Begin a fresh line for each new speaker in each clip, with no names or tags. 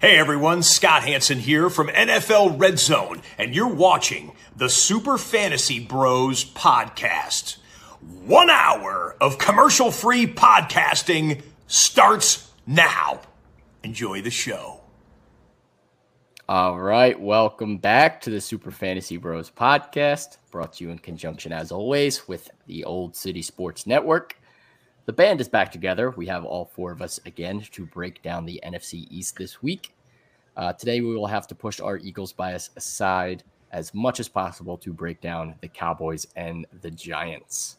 Hey everyone, Scott Hansen here from NFL Red Zone, and you're watching the Super Fantasy Bros podcast. One hour of commercial free podcasting starts now. Enjoy the show.
All right, welcome back to the Super Fantasy Bros podcast, brought to you in conjunction, as always, with the Old City Sports Network. The band is back together. We have all four of us again to break down the NFC East this week. Uh, today, we will have to push our Eagles bias aside as much as possible to break down the Cowboys and the Giants.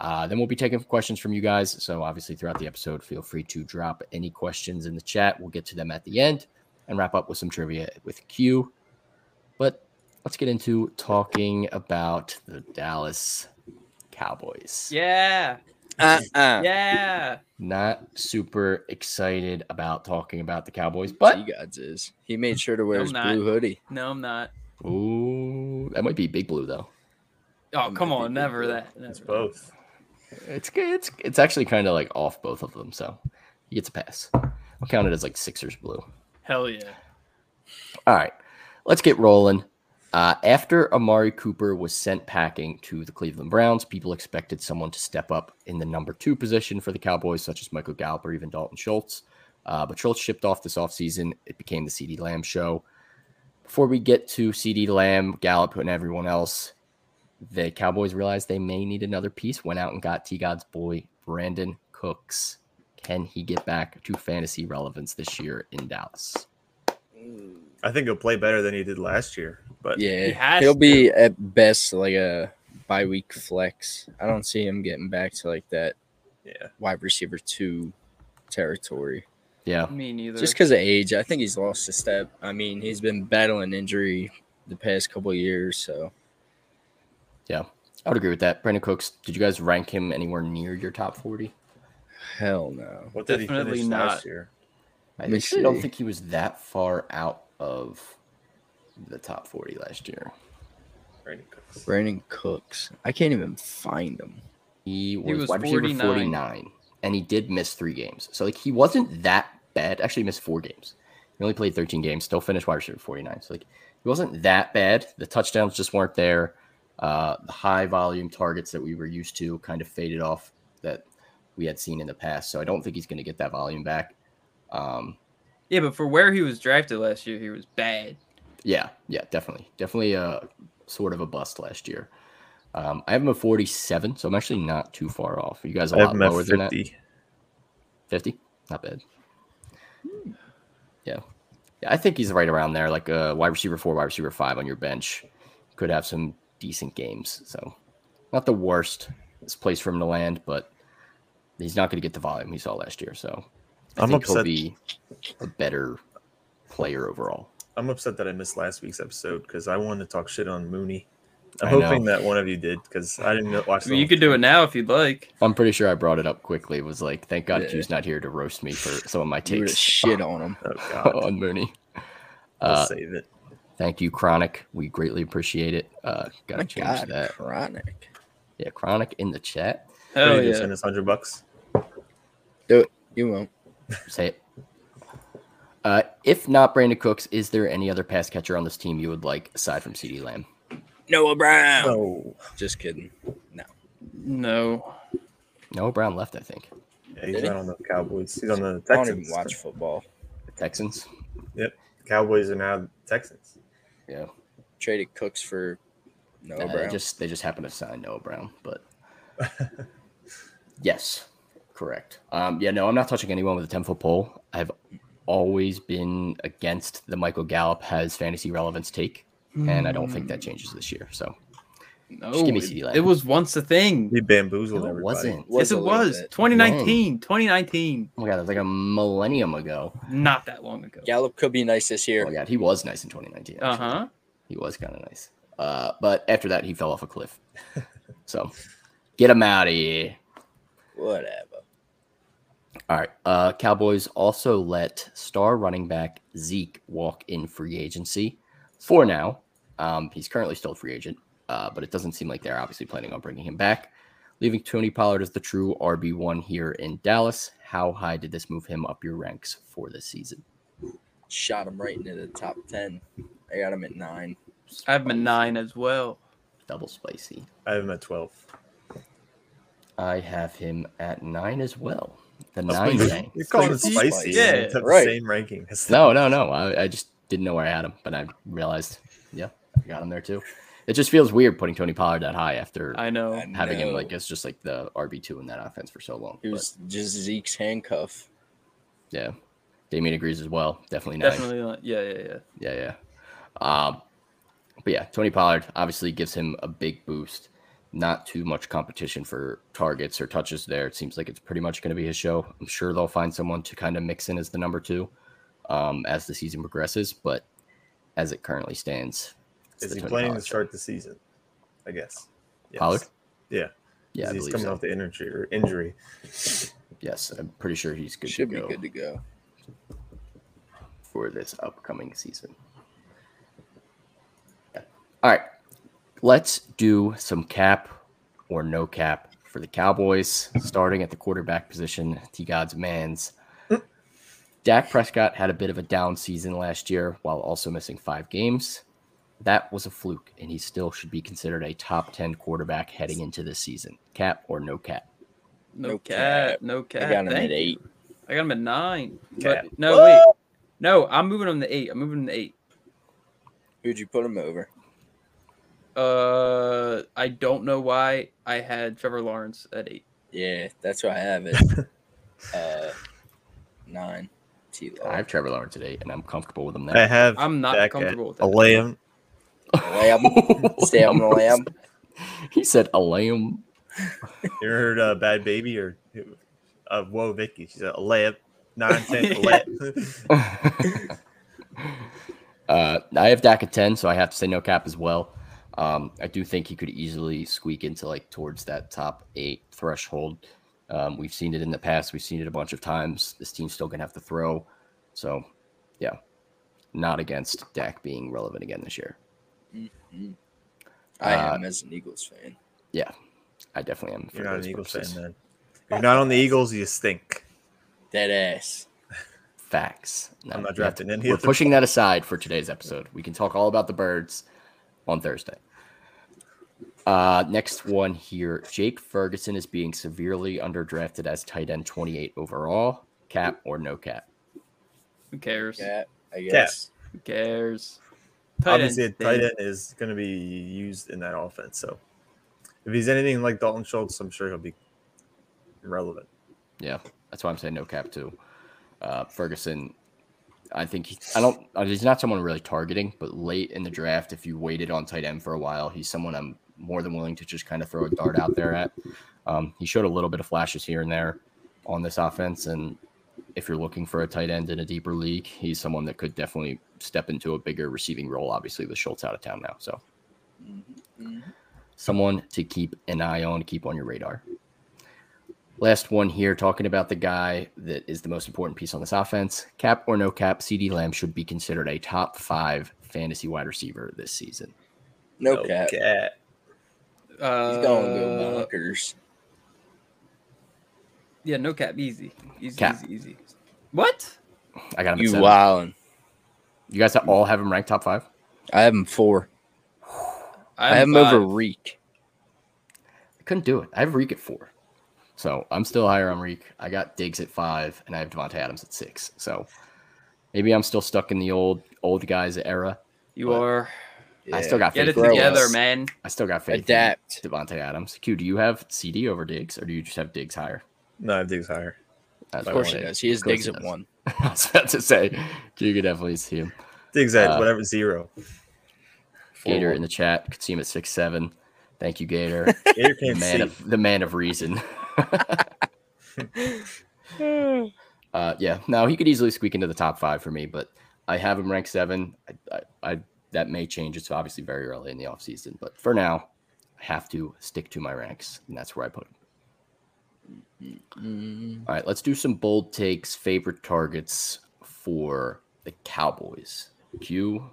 Uh, then we'll be taking questions from you guys. So, obviously, throughout the episode, feel free to drop any questions in the chat. We'll get to them at the end and wrap up with some trivia with Q. But let's get into talking about the Dallas Cowboys.
Yeah.
Uh-uh.
Yeah.
Not super excited about talking about the Cowboys, but
He gods is. He made sure to wear
I'm
his
not.
blue hoodie.
No, I'm not.
Ooh, that might be Big Blue though.
Oh, come on. Never that. Never.
both.
It's good. It's it's actually kind of like off both of them, so he gets a pass. I'll count it as like Sixers blue.
Hell yeah.
All right, let's get rolling. Uh, after Amari Cooper was sent packing to the Cleveland Browns, people expected someone to step up in the number two position for the Cowboys, such as Michael Gallup or even Dalton Schultz. Uh, but Schultz shipped off this offseason. It became the CD Lamb show. Before we get to CD Lamb, Gallup, and everyone else, the Cowboys realized they may need another piece, went out and got T God's boy, Brandon Cooks. Can he get back to fantasy relevance this year in Dallas?
I think he'll play better than he did last year. But
He
Yeah.
has
He will be at best like a bi week flex. I don't see him getting back to like that
yeah,
wide receiver two territory.
Yeah.
Me neither.
Just because of age, I think he's lost a step. I mean, he's been battling injury the past couple years, so
I would agree with that. Brandon Cooks, did you guys rank him anywhere near your top 40?
hell no.
what did
Definitely
he finish
not.
last year?
I
Let me
actually don't
see.
think he was that far out of the top 40 last year.
Brandon Cooks.
Brandon Cooks. I can't even find him.
He was,
was
wide receiver
49.
49, and he did miss three games. So, like, he wasn't that bad. Actually, he missed four games. He only played 13 games, still finished wide receiver 49. So, like, he wasn't that bad. The touchdowns just weren't there. Uh, the high volume targets that we were used to kind of faded off that we had seen in the past. So, I don't think he's going to get that volume back. Um,
yeah, but for where he was drafted last year, he was bad.
Yeah, yeah, definitely, definitely uh sort of a bust last year. Um, I have him at forty-seven, so I'm actually not too far off. You guys a
I have
lot
him at
lower than that.
50.
Fifty, not bad. Yeah, yeah, I think he's right around there, like a uh, wide receiver four, wide receiver five on your bench. Could have some decent games, so not the worst It's place for him to land, but he's not going to get the volume he saw last year. So I
I'm
think he'll
upset.
be a better player overall.
I'm upset that I missed last week's episode because I wanted to talk shit on Mooney.
I
I'm
know.
hoping that one of you did because I didn't know- watch.
I mean, you could do it now if you'd like.
I'm pretty sure I brought it up quickly. It was like, thank God
Yeah.
Q's not here to roast me for some of my
You would
takes
have shit on him.
Oh God,
on Mooney.
I'll
Uh,
save it.
thank you, Chronic. We greatly appreciate it. Uh, gotta
My
change
God,
that.
chronic.
Yeah, Chronic in the chat.
Hell
Could you just
yeah.
send us hundred bucks.
You won't.
Say it. Uh, if not Brandon Cooks, is there any other pass catcher on this team you would like aside from CD Lamb?
Noah Brown.
Oh,
Just kidding.
No.
Noah Brown left, I think.
yeah, he's
Did he?
not on the Cowboys. He's on the
I don't even
Texans.
watch football.
The Texans.
Cowboys are now the Texans.
Yeah,
Traded Cooks for Noah
Uh, they
Oh, Brown.
just they just happened to sign Noah Brown, but yes, correct. Um, yeah, no, I'm not touching anyone with a 10 foot pole. I've always been against the Michael Gallup has fantasy relevance take, and I don't think that changes this year. So
No.
Just give me
it-
CD
it,
Lamb.
was once a thing.
He bamboozled
no, it
everybody.
wasn't.
yes,
a
it
little
was.
bit.
2019. 2019.
Oh my god, that was like a millennium ago.
Not that long ago.
Gallup could be nice this
Oh
year.
my god, he was nice in 2019. actually.
Uh huh.
He was kind of nice. Uh, but after that, he fell off a cliff. so get him out of here.
Whatever.
All right. Uh, Cowboys also let star running back Zeke walk in free agency for now. Um, he's currently still a free agent, uh, but it doesn't seem like they're obviously planning on bringing him back, leaving Tony Pollard as the true RB1 here in Dallas. How high did this move him up your ranks for this season?
shot him right into the top ten. I got him at nine.
I have him at nine as well.
Double spicy.
I have him at 12.
I have him at nine as well. The
That's
nine
pretty-
gang.
You're calling it
Spicy.
spicy.
Yeah,
it's at
right.
the same ranking. It's
No, no, no. I, I just didn't know where I had him, but I realized, yeah, I got him there too. It just feels weird putting Tony Pollard that high after
I know.
I
having him
know.
like as just like the RB two in that offense for so long.
He was just Zeke's handcuff.
But, yeah, Damien agrees as well. Definitely nine.
Definitely not. Yeah, yeah, yeah.
Yeah, yeah. Um, but yeah, Tony Pollard obviously gives him a big boost. Not too much competition for targets or touches there. It seems like it's pretty much going to be his show. I'm sure they'll find someone to kind of mix in as the number two um, as the season progresses. But as it currently stands, it's
Is
the
he
Tony
playing
Pollard
to
show.
start the season? I guess. Yes.
Pollard?
Yeah.
Yeah, I
he's
believe
coming
so.
off the injury or injury.
Yes, I'm pretty sure he's good
Should
to
be
go
good to go.
for this upcoming season. All right, let's do some cap or no cap for the Cowboys, starting at the quarterback position. T God's man's. Dak Prescott had a bit of a down season last year while also missing five games. That was a fluke, and he still should be considered a top 10 quarterback heading into this season. Cap or no cap?
No,
No
cat,
cap.
No
I
cat.
got him
Thank
at
you.
eight.
I got him at nine.
Cat.
But no, wait. No, I'm moving on to eight. I'm moving to eight.
Who'd you put him over?
Uh, I don't know why I had Trevor Lawrence at eight.
Yeah, that's why I have it. uh, nine. T.
I have Trevor Lawrence today, and I'm comfortable with him
I
now.
have
I'm not
Dak at
comfortable with that.
11.
Lamb. Stay on the lamb.
He said a lamb.
You ever heard uh, Bad Baby or uh, Whoa Vicky? She's a lab. Nine, ten, lab.
uh, I have Dak at 10, so I have to say no cap as well. Um, I do think he could easily squeak into like towards that top eight threshold. Um, we've seen it in the past. We've seen it a bunch of times. This team's still going to have to throw. So, yeah, not against Dak being relevant again this year.
I
Uh,
am as an Eagles fan.
I definitely am. for
You're not
those
an Eagles
purposes.
fan, man. If you're not on the Eagles, you stink.
Dead ass.
Facts. No,
I'm
we
not
have
drafting
to-
any
We're
of the-
pushing that aside for today's episode. We can talk all about the birds on Thursday. Uh, next one here. Jake Ferguson is being severely underdrafted as tight end 28 overall. Cap or no cap?
Who cares?
Cat, I guess.
Who cares?
Obviously, a
ends,
tight
they-
end is going to be used in that offense. So if he's anything like Dalton Schultz, I'm sure he'll be relevant.
Yeah, that's why I'm saying no cap too. Uh, Ferguson, I think he, I don't. uh, He's not someone really targeting, but late in the draft, if you waited on tight end for a while, he's someone I'm more than willing to just kind of throw a dart out there at. Um, he showed a little bit of flashes here and there on this offense, and if you're looking for a tight end in a deeper league, he's someone that could definitely step into a bigger receiving role. Obviously, with Schultz out of town now, so
Mhm.
someone to keep an eye on, keep on your radar. Last one here, talking about the guy that is the most important piece on this offense. Cap or no cap, CD Lamb should be considered a top five fantasy wide receiver this season.
No, cap.
cat.
Uh,
He's going to go bonkers.
Yeah, no cap. Easy. Easy,
Cap.
easy, easy. What?
I got him.
You
You,
wildin'.
you guys all have him ranked top five.
I have him four. i have him
five.
over Reek.
I couldn't do it. I have Reek at four, so I'm still higher on Reek. I got Diggs at five, and I have Devontae Adams at six. So maybe I'm still stuck in the old old guys era.
You
but-
are.
I still got
Get
faith.
it
in Diggs.
grow
together,
us.
man.
I still got faith. in
Adapt.
Devontae Adams. Q, do you have CD over Diggs, or do you just have Diggs higher?
No, I think it's higher.
That's
Of
what
course
I
he
wanted.
does. He has
Of course
digs
he
at
does.
one.
I was about to say, Q could definitely see him.
Diggs at
Uh,
whatever zero.
Four
Gator
one.
in the chat could see him at six seven. Thank you, Gator,
Gator
the
can't
man
see.
of the man of reason. uh, yeah, no, he could easily squeak into the top five for me, but I have him ranked seven. I, I, I that may change. It's obviously very early in the offseason, but for now, I have to stick to my ranks, and that's where I put him.
Mm,
All right, let's do some bold takes, favorite targets for the Cowboys. Q,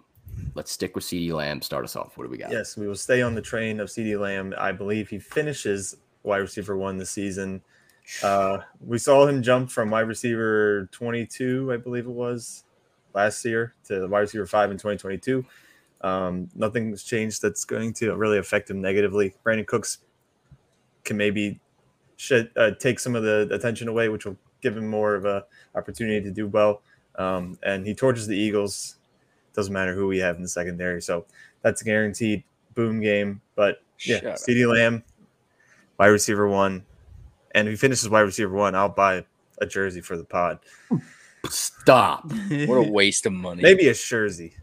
let's stick with CD Lamb. Start us off. What do we got?
Yes, we will stay on the train of CD Lamb. I believe he finishes wide receiver one this season. Uh, we saw him jump from wide receiver 22, I believe it was, last year to the wide receiver five in 2022. Um, nothing's changed that's going to really affect him negatively. Brandon Cooks can maybe should uh, take some of the attention away, which will give him more of a opportunity to do well. Um, and he torches the Eagles. Doesn't matter who we have in the secondary, so that's a guaranteed boom game. But
Shut
yeah,
up.
CD Lamb, wide receiver one, and if he finishes wide receiver one, I'll buy a jersey for the pod.
Stop.
What a waste of money.
Maybe a jersey.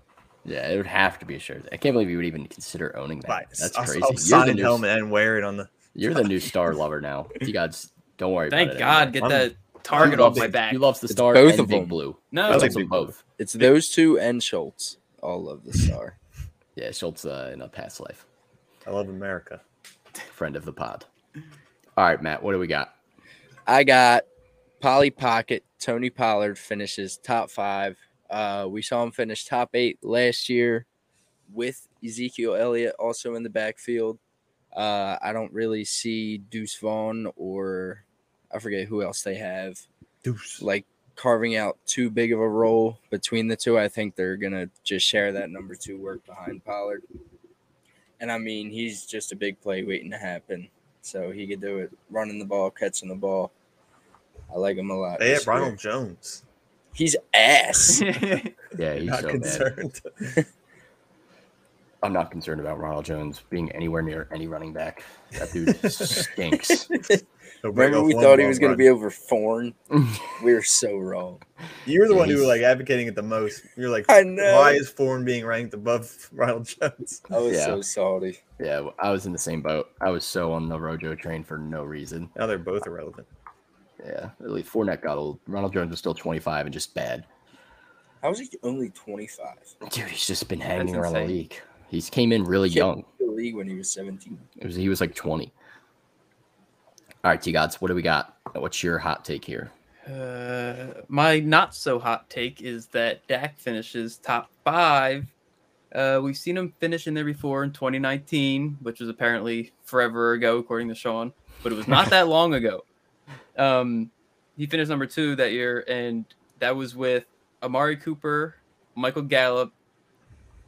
Yeah, it would have to be a shirt. I can't believe you would even consider owning that.
Buy-
That's
I'll,
crazy.
I'll
You're the
sign
new-
helmet and wear it on the.
You're the new star lover now. You guys, don't worry.
Thank
about it
God,
anymore.
get
I'm-
that
He
target off
loves-
my back.
He loves the
It's
star.
both
and
of
Big
them.
Blue.
no,
He
like
loves them
Big Blue.
both.
It's those two and Schultz. All of the star.
Yeah, Schultz uh, in a past life,
I love America.
friend of the pod. All right, Matt, what do we got?
I got Polly Pocket. Tony Pollard finishes top five. Uh, we saw him finish top eight last year with Ezekiel Elliott also in the backfield. Uh, I don't really see Deuce Vaughn or I forget who else they have
Deuce.
like carving out too big of a role between the two. I think they're gonna just share that number two work behind Pollard. And I mean, he's just a big play waiting to happen. So he could do it running the ball, catching the ball. I like him a lot.
They
this
have Ronald
year.
Jones.
He's ass.
Yeah, he's
Not
so bad.
concerned.
I'm not concerned about Ronald Jones being anywhere near any running back. That dude stinks.
He'll break
Remember,
off
we
one
thought he
long
was gonna
run.
be over Thorn. We were so wrong.
You were the one who
He's-
like advocating it the most. You're like,
I know.
why is Foreign being ranked above Ronald Jones?
I was
Yeah.
so salty.
yeah, I was in the same boat. I was so on the Rojo train for no reason.
Now they're both irrelevant.
Yeah, really, Fournette got old. Ronald Jones was still 25 and just bad.
How was he only 25?
Dude, he's just been hanging
That's
around the
insane.
league. He's came in really
Shit.
young.
The league when he was 17.
It was he was like 20. All right, T gods, what do we got? What's your hot take here?
Uh, my not so hot take is that Dak finishes top five. Uh, we've seen him finish in there before in 2019, which was apparently forever ago, according to Sean, but it was not that long ago. Um, he finished number two that year, and that was with Amari Cooper, Michael Gallup,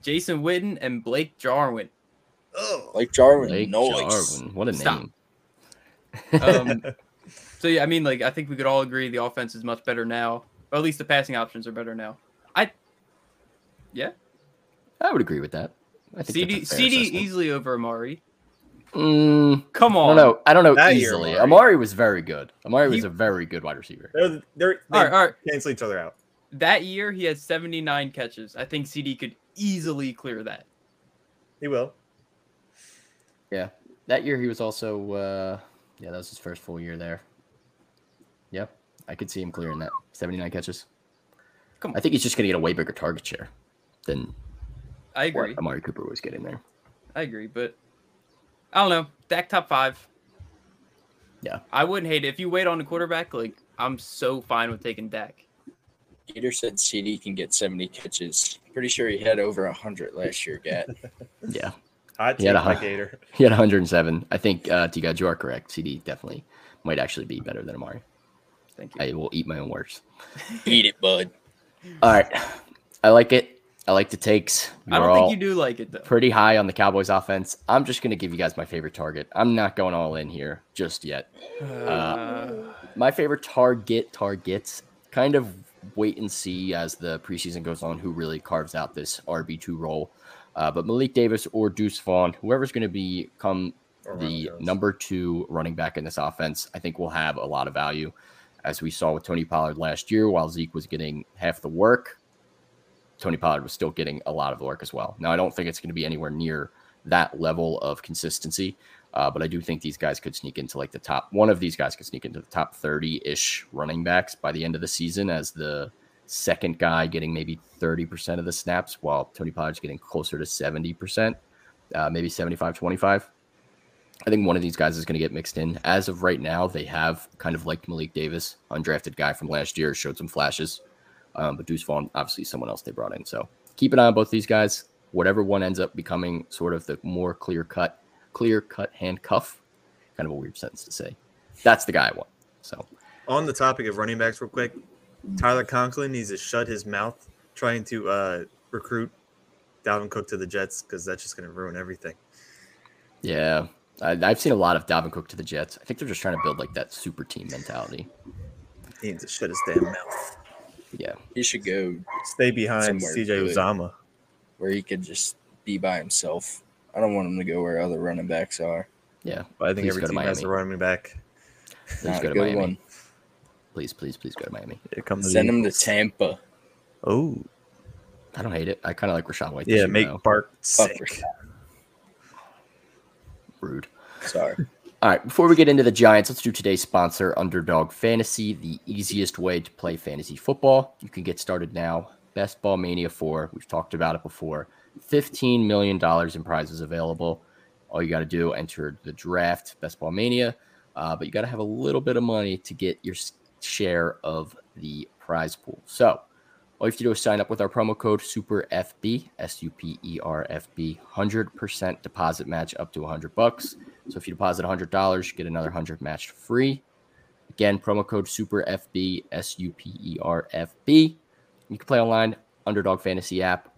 Jason Witten, and Blake Jarwin.
Oh,
Like Jarwin,
Blake
noise.
Jarwin, What a
Stop.
name.
Um, so yeah, I mean, like I think we could all agree the offense is much better now, or at least the passing options are better now. I, yeah,
I would agree with that. I think
CD
that's a fair
CD
assessment.
easily over Amari.
Mm,
Come
I
on,
don't know. I don't know
That year,
easily.
Amari.
Amari was very good. Amari was
He-
a very good wide receiver.
they're, they're, they
all right, all right.
cancel each other out.
That year he had seventy nine catches. I think CD could easily clear that.
He will.
Yeah. That year he was also uh yeah, that was his first full year there. Yep. I could see him clearing that. 79 catches.
Come on.
I think he's just going to get a way bigger target share than
I
what um,
agree.
Amari Cooper was getting there.
I agree, but I don't know. Dak top five.
Yeah.
I wouldn't hate it if you wait on the quarterback. Like I'm so fine with taking Dak.
Gator said CD can get 70 catches. Pretty sure he had over 100 last year, Gat.
Yeah.
Hot
He had
take
a
by
hot-
Gator.
He had 107. I think uh T you are correct. CD definitely might actually be better than Amari.
Thank you.
I will eat my own words.
Eat it, bud.
All right. I like it. I like the takes.
I
You're
don't think
all-
you do like it though.
pretty high on the Cowboys offense. I'm just going to give you guys my favorite target. I'm not going all in here just yet.
Uh,
My favorite target targets kind of wait and see as the preseason goes on who really carves out this RB2 role. Uh, but Malik Davis or Deuce Vaughn, whoever's going to become
Or Ronald
the
Jones.
number two running back in this offense, I think will have a lot of value. As we saw with Tony Pollard last year, while Zeke was getting half the work, Tony Pollard was still getting a lot of work as well. Now, I don't think it's going to be anywhere near that level of consistency, uh, but I do think these guys could sneak into like the top. One of these guys could sneak into the top 30 ish running backs by the end of the season as the second guy getting maybe 30% of the snaps, while Tony Pollard's getting closer to 70%, uh, maybe 75 25. I think one of these guys is going to get mixed in. As of right now, they have kind of like Malik Davis, undrafted guy from last year, showed some flashes. Um, but Deuce Vaughn, obviously, someone else they brought in. So keep an eye on both these guys. Whatever one ends up becoming sort of the more clear cut, clear cut handcuff, kind of a weird sentence to say. That's the guy I want. So
On the topic of running backs, real quick, Tyler Conklin needs to shut his mouth trying to uh, recruit Dalvin Cook to the Jets because that's just going to ruin everything.
Yeah. I, I've seen a lot of Dalvin Cook to the Jets. I think they're just trying to build like that super team mentality.
He needs to shut his damn mouth.
Yeah.
He should go
Stay behind
Somewhere
CJ
good.
Uzama.
where he could just be by himself. I don't want him to go where other running backs are.
Yeah.
But I think
Please
every
go to
team has
Miami.
a running back.
Please
Not
go to
a good
Miami.
one.
Please, please, please go to Miami.
Here comes the
Send him to
Eagles.
Tampa.
Oh,
I don't hate it. I kind of like Rashawn White. this
yeah,
year,
make
though.
Bark
Fuck
sick.
Rashad.
rude.
Sorry.
All right, before we get into the Giants, let's do today's sponsor, Underdog Fantasy, the easiest way to play fantasy football. You can get started now. Best Ball Mania 4, we've talked about it before. $15 million in prizes available. All you got to do, enter the draft, Best Ball Mania, uh, but you got to have a little bit of money to get your s- share of the prize pool. So, all you have to do is sign up with our promo code SUPERFB, S U P E R F B, 100% deposit match up to 100 bucks. So if you deposit $100, you get another 100 matched free. Again, promo code SUPERFB, S U P E R F B. You can play online, Underdog Fantasy app,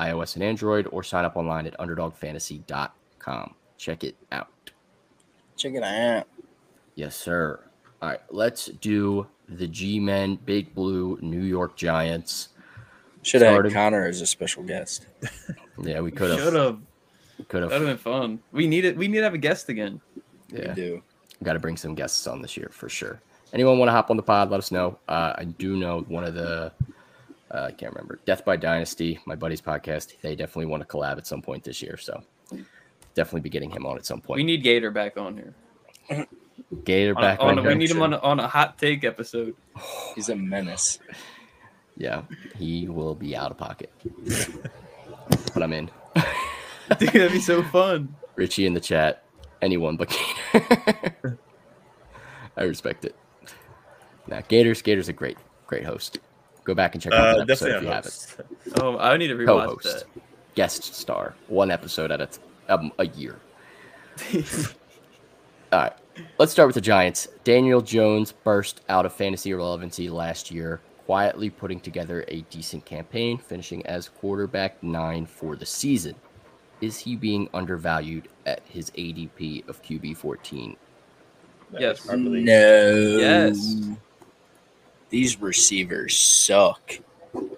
iOS and Android, or sign up online at underdogfantasy.com. Check it out.
Check it out.
Yes, sir. All right, let's do the G Men, Big Blue, New York Giants.
Should have
Started.
had Connor as a special guest.
Yeah, we could
Should
have.
have.
Could
That'd
have.
have been fun. We need it. We need to have a guest again.
Yeah.
We do.
got to bring some guests on this year for sure. Anyone want to hop on the pod? Let us know. Uh, I do know one of the, uh, I can't remember, Death by Dynasty, my buddy's podcast. They definitely want to collab at some point this year. So definitely be getting him on at some point.
We need Gator back on here.
Gator
On a-
back
on
on.
a- we need him on a, on a hot take episode.
He's a menace.
yeah, he will be out of pocket. but I'm in.
Dude, that'd be so fun.
Richie in the chat. Anyone but Gator. I respect it. Now, Gator's Gator's a great, great host. Go back and check out
Uh,
that episode if
definitely
you
a
haven't.
host.
Oh, I need to rewatch
co-host, guest star, one episode at a, t- um, a year.
that.
All right, let's start with the Giants. Daniel Jones burst out of fantasy irrelevancy last year, quietly putting together a decent campaign, finishing as quarterback nine for the season. Is he being undervalued at his ADP of QB 14?
That
Yes.
was probably-
No.
Yes.
These receivers suck.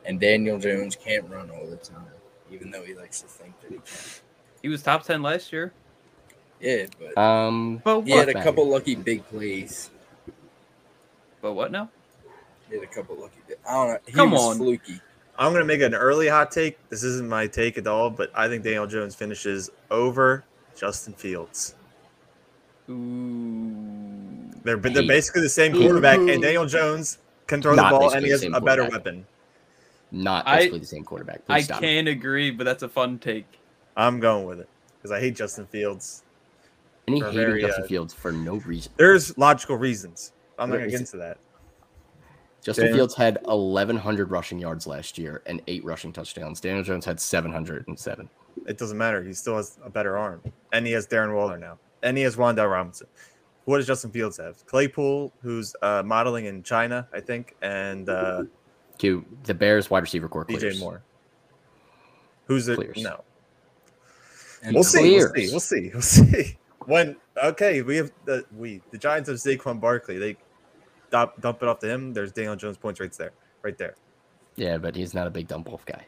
And Daniel Jones can't run all the time, even though he likes to think that he can.
he was top ten last year.
Yeah, but
Um,
But
he
what?
had a
man.
couple lucky big plays.
But what now?
He had a couple lucky. I don't know. He
Come
was
on.
fluky.
I'm gonna make an early hot take. This isn't my take at all, but I think Daniel Jones finishes over Justin Fields.
Ooh.
They're but they're
Hate it.
basically the same
Hate it.
quarterback, and Daniel Jones can throw
Not
the ball, and
basically
he
the
has
same
a better
quarterback.
weapon.
not
I-
basically the same quarterback. Please
I
stop.
can agree, but that's a fun take.
I'm going with it because I hate Justin Fields.
And he
for
hated
very,
Justin
uh,
Fields for no reason.
There's logical reasons. I'm not
There is-
against that.
Justin
Daniel-
Fields had 1,100 rushing yards last year and eight rushing touchdowns. Daniel Jones had 707.
It doesn't matter. He still has a better arm, and he has Darren Waller now, and he has Wanda Robinson. What does Justin Fields have? Claypool, who's uh, modeling in China, I think, and uh,
Q, the Bears wide receiver core clears.
DJ Moore. Who's the
Clears.
no?
And
We'll see, we'll see.
Clears.
We'll see. We'll see. When okay, we have the we the Giants have Saquon Barkley. They dump, dump it off to him. There's Daniel Jones points right there, right there.
Yeah, but he's not a big dump off guy.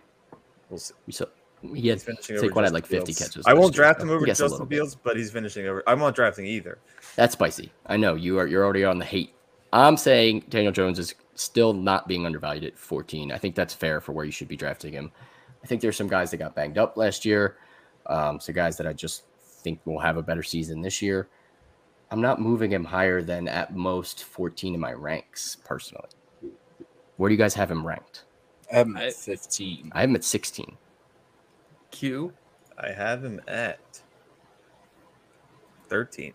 We'll see.
We saw he had
He's finishing over
Saquon had
Justin
like 50
Fields.
catches.
I
last
won't
year,
draft
so
him
he
over
gets a
Justin
little bit.
Fields, but he's finishing over. I'm not drafting either.
That's spicy. I know you are. You're already on the hate. I'm saying Daniel Jones is still not being undervalued at 14. I think that's fair for where you should be drafting him. I think there's some guys that got banged up last year. Um, so guys that I just think will have a better season this year. I'm not moving him higher than at most 14 in my ranks personally. Where do you guys have him ranked?
I have him
I-
at 15.
I have him at 16.
Q.
I have him at thirteen.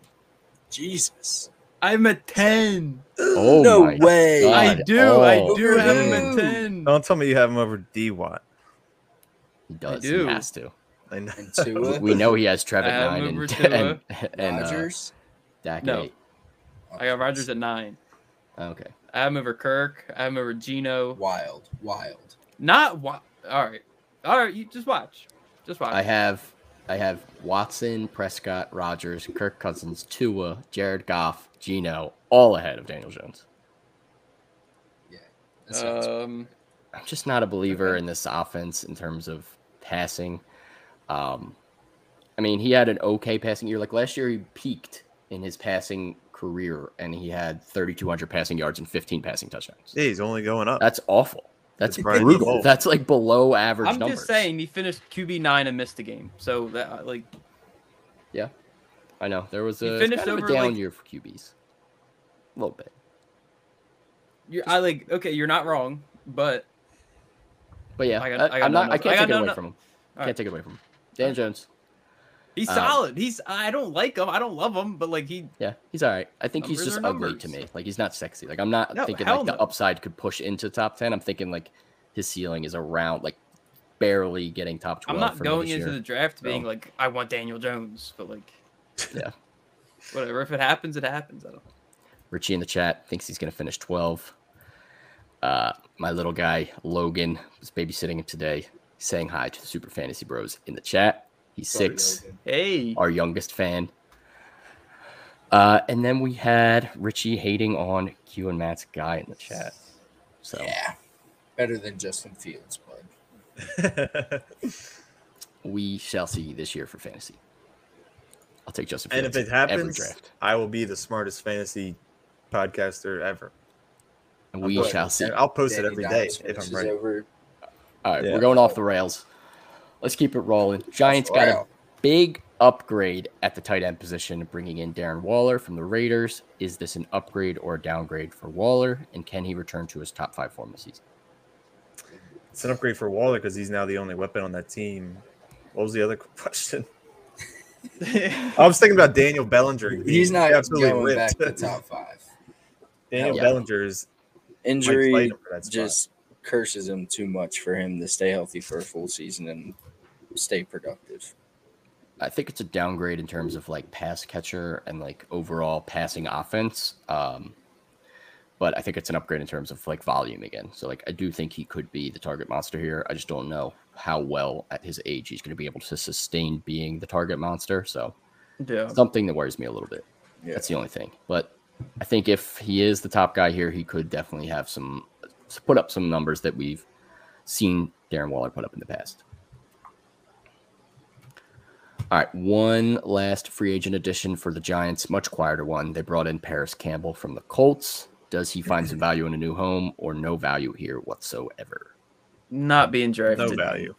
Jesus.
I'm at ten.
Oh
no
my
way.
God.
I do.
oh,
I do have him
man.
at ten.
Don't tell me you have him over D Watt.
He does.
do.
He has to.
I know.
And Tua.
We know he has Trevor
I
nine
remember
and,
Tua.
and, and uh,
Rodgers.
Dak
No.
eight.
I got Rogers at nine.
Okay.
I have him over Kirk. I have him over Gino.
Wild. Wild.
Not wa- all right. All right, you just watch. Just watch.
I have I have Watson, Prescott, Rogers, Kirk Cousins, Tua, Jared Goff, Gino, all ahead of Daniel Jones.
That sounds-
um
I'm just not a believer in this offense in terms of passing. Um, I mean, he had an okay passing year. Like last year, he peaked in his passing career, and he had 3,200 passing yards and 15 passing touchdowns.
Yeah, he's only going up.
That's awful. That's
It's Brian
brutal.
Debo.
That's like below average
I'm
numbers.
just saying he finished QB nine and missed a game. So that like
I know there was
He
a,
finished
kind of a
over,
down
like-
year for QBs, a little bit.
you're I like okay, you're not wrong, but
But yeah, I
I got- I got
am
no
not. I
number-
can't
I
take
got
it
no
away
nu-
from him.
All
Can't
right.
take it away from him. Dan Jones.
he's
Um,
solid. He's I don't like him. I don't love him, but like he
Yeah, he's all right. I think he's
Numbers
just
are
ugly to me.
numbers.
Like he's not sexy. Like I'm not
No,
thinking
hell
like the
no.
upside could push into top ten. I'm thinking like his ceiling is around like barely getting top twelve.
I'm not
for me
going
this
into
year.
the draft
so.
being like I want Daniel Jones, but like
Yeah.
Whatever. If it happens, it happens. I don't
Richie in the chat thinks he's going to finish 12. Uh, my little guy, Logan, was babysitting him today, saying hi to the Super Fantasy Bros in the chat. He's six,
Hey.
our youngest fan. Uh, and then we had Richie hating on Q and Matt's guy in the chat. So
yeah, better than Justin Fields, bud.
we shall see this year for fantasy. I'll take Justin
and
Fields
if it
every
happens,
draft.
I will be the smartest fantasy podcaster ever.
And we
I'll
shall
post-
see.
I'll post it
Danny
every day
Dimes
if I'm
finishes
right.
Over
All right,
Yeah.
we're going off the rails. Let's keep it rolling. Giants got a
Wow.
big upgrade at the tight end position, bringing in Darren Waller from the Raiders. Is this an upgrade or a downgrade for Waller? And can he return to his top five form this season?
It's an upgrade for Waller because he's now the only weapon on that team. What was the other question? I was thinking about Daniel Bellinger. He
He's not
absolutely
going back
ripped.
to top five.
Daniel
Yeah.
Bellinger is like,
Injury
fighting for that spot.
just curses him too much for him to stay healthy for a full season and stay productive.
I think it's a downgrade in terms of like pass catcher and like overall passing offense. Um, but I think it's an upgrade in terms of like volume again. So like I do think he could be the target monster here. I just don't know how well at his age he's going to be able to sustain being the target monster. So
Yeah.
something that worries me a little bit.
Yeah.
That's the only thing. But I think if he is the top guy here, he could definitely have some put up some numbers that we've seen Darren Waller put up in the past. All right, one last free agent addition for the Giants, much quieter one. They brought in Paris Campbell from the Colts. Does he find some value in a new home or no value here whatsoever?
Not being drafted.
no value.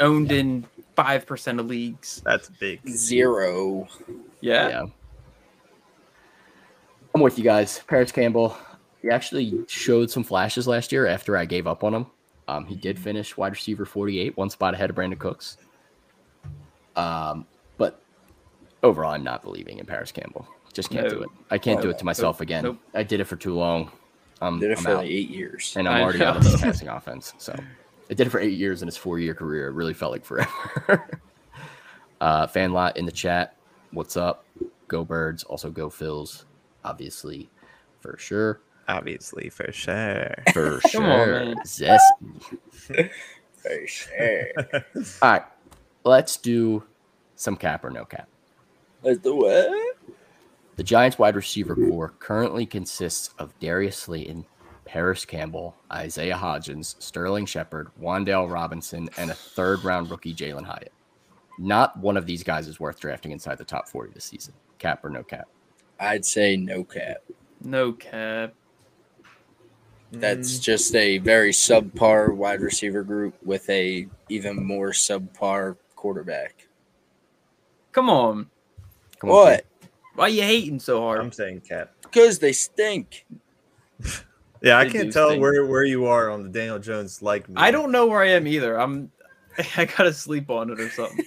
Owned in five percent of leagues.
That's big.
Zero.
Yeah.
Yeah. I'm with you guys. Paris Campbell, he actually showed some flashes last year after I gave up on him. Um, he did finish wide receiver 48, one spot ahead of Brandon Cooks. Um, but overall, I'm not believing in Paris Campbell. Just can't do
No.
it. I can't do
No.
it to myself again.
Nope.
I did it for too long. I'm,
Did it
I'm
for
out.
like eight years.
And I'm
I
already
know.
out of this passing offense. So I did it for eight years in his four year career. It really felt like forever. uh, fan lot in the chat. What's up? Go Birds. Also, go Phils, obviously, for sure.
Obviously, for sure.
For
Come on,
sure.
man.
Zesty.
For sure.
All right. Let's do some cap or no cap.
Let's do it.
The Giants wide receiver core currently consists of Darius Slayton, Paris Campbell, Isaiah Hodgins, Sterling Shepard, Wandale Robinson, and a third round rookie, Jalen Hyatt. Not one of these guys is worth drafting inside the top 40 this season. Cap or no cap?
I'd say no cap.
No cap.
Mm,
That's just a very subpar wide receiver group with a even more subpar quarterback.
Come on.
Come on,
what?
Why you hating so hard?
I'm saying cap.
Because they stink.
Yeah, I
They
can't
do
tell
stink.
where, where you are on the Daniel Jones like.
I
meme.
don't know where I am either. I'm I gotta sleep on it or something.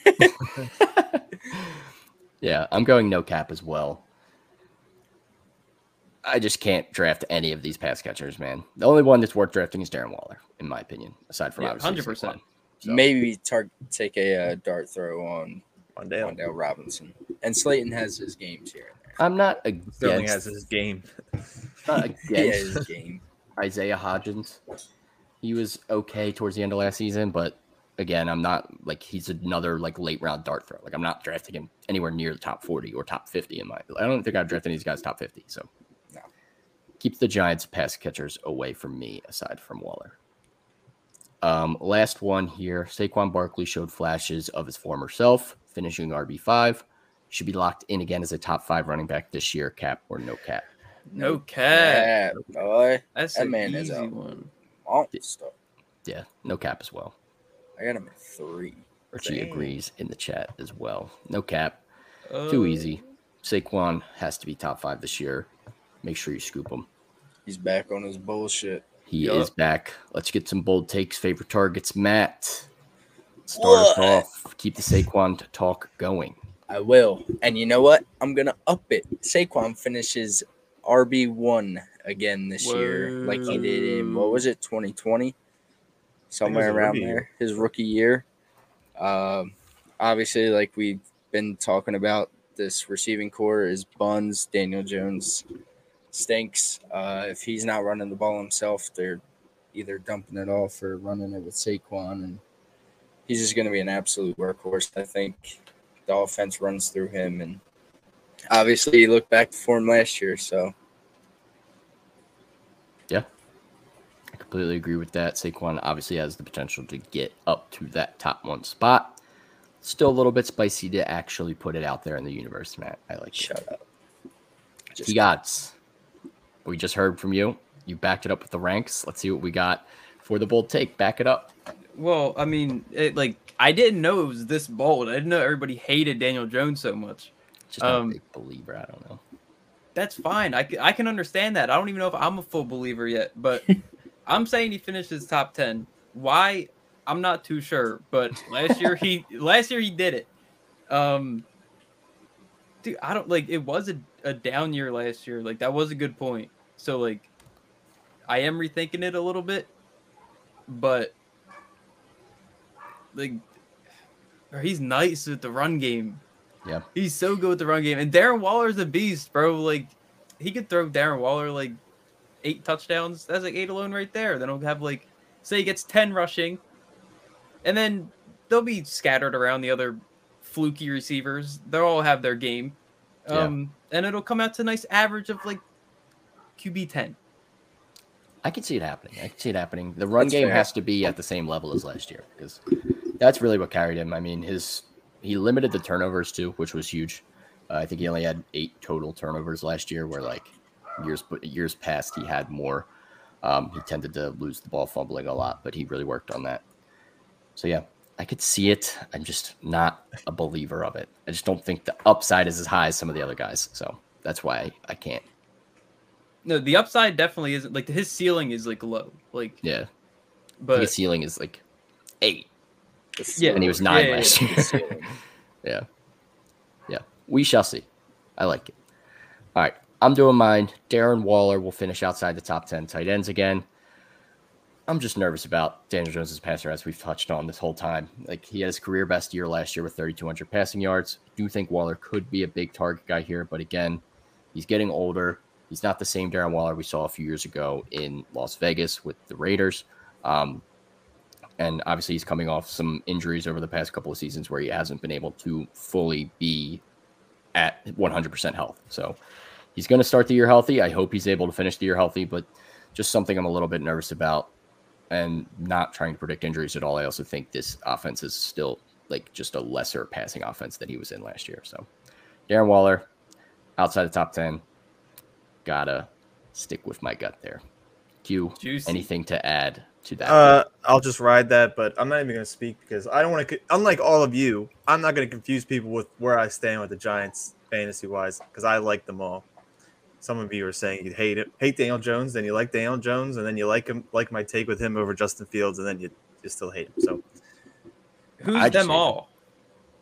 Yeah, I'm going no cap as well. I just can't draft any of these pass catchers, man. The only one that's worth drafting is Darren Waller, in my opinion, aside from
Yeah,
obviously
100%.
Saquon. So-
Maybe tar- take a uh, dart throw on
On Dale.
Wandale Robinson. And Slayton has his games here. and there.
I'm not
Sterling has
against,
his game.
not
He
against
has his game.
Isaiah Hodgins. He was okay towards the end of last season, but again, I'm not like he's another like late round dart throw. Like I'm not drafting him anywhere near the top 40 or top 50 in my. I don't think I've drafted any of these guys top 50. So no. keep the Giants pass catchers away from me aside from Waller. Um, last one here. Saquon Barkley showed flashes of his former self, finishing RB5. Should be locked in again as a top five running back this year, cap or no cap.
No cap.
Yeah, boy.
That's
That
an
man is
easy
out.
one.
Oh, stop.
Yeah, no cap as well.
I got him at three.
Richie
Dang.
agrees in the chat as well. No cap.
Uh,
Too easy. Saquon has to be top five this year. Make sure you scoop him.
He's back on his bullshit.
He
Yup.
is back. Let's get some bold takes. Favorite targets, Matt. Start us
What?
off. Keep the Saquon t- talk going.
I will. And you know what? I'm gonna up it. Saquon finishes RB one again this year, like he did in what was it, 2020, somewhere
his
around
rookie
there,
year.
his rookie year. Um, obviously, like we've been talking about, this receiving core is Buns, Daniel Jones, stinks. Uh, if he's not running the ball himself, they're either dumping it off or running it with Saquon, and he's just going to be an absolute workhorse. I think the offense runs through him, and obviously you look back to form last year, so
I completely agree with that. Saquon obviously has the potential to get up to that top one spot. Still a little bit spicy to actually put it out there in the universe, Matt. I like it.
shut up. Just
He got. We just heard from you. You backed it up with the ranks. Let's see what we got for the bold take. Back it up.
Uh, Well, I mean, it, like I didn't know it was this bold. I didn't know everybody hated Daniel Jones so much.
Just not
Um,
a big believer. I don't know.
That's fine. I, c- I can understand that. I don't even know if I'm a full believer yet, but I'm saying he finishes top ten. Why? I'm not too sure. But last year he last year he did it. Um, dude, I don't like. It was a, a down year last year. Like that was a good point. So like, I am rethinking it a little bit, but like, he's nice with the run game.
Yeah.
He's so good with the run game. And Darren Waller's a beast, bro. Like he could throw Darren Waller like eight touchdowns. That's like eight alone right there. Then he'll have like say he gets ten rushing. And then they'll be scattered around the other fluky receivers. They'll all have their game.
Yeah.
Um and it'll come out to a nice average of like QB ten.
I can see it happening. I can see it happening. The run
That's
game
fair.
has to be at the same level as last year because that's really what carried him. I mean, his he limited the turnovers too, which was huge. Uh, I think he only had eight total turnovers last year, where like years years past he had more. Um, he tended to lose the ball fumbling a lot, but he really worked on that. So yeah, I could see it. I'm just not a believer of it. I just don't think the upside is as high as some of the other guys. So that's why I can't.
No, the upside definitely isn't like his ceiling is like low. Like
Yeah, I think
but
his ceiling is like eight.
Yeah.
and he was nine
Yeah, yeah,
last year. yeah. Yeah. We shall see. I like it. All right. I'm doing mine. Darren Waller will finish outside the top 10 tight ends again. I'm just nervous about Daniel Jones' passer, as we've touched on this whole time. Like, he had his career best year last year with 3,200 passing yards. I do think Waller could be a big target guy here, but again, he's getting older. He's not the same Darren Waller we saw a few years ago in Las Vegas with the Raiders. Um, and obviously he's coming off some injuries over the past couple of seasons where he hasn't been able to fully be at 100% health. So he's going to start the year healthy. I hope he's able to finish the year healthy, but just something I'm a little bit nervous about and not trying to predict injuries at all. I also think this offense is still like just a lesser passing offense than he was in last year. So Darren Waller outside the top 10 got to stick with my gut there. Q,
Juicy.
anything to add to that?
Uh, I'll just ride that, but I'm not even going to speak because I don't want to. Unlike all of you, I'm not going to confuse people with where I stand with the Giants fantasy wise because I like them all. Some of you are saying you hate it, hate Daniel Jones, then you like Daniel Jones, and then you like him, like my take with him over Justin Fields, and then you, you still hate him. So
who's
I just
them
hate
all?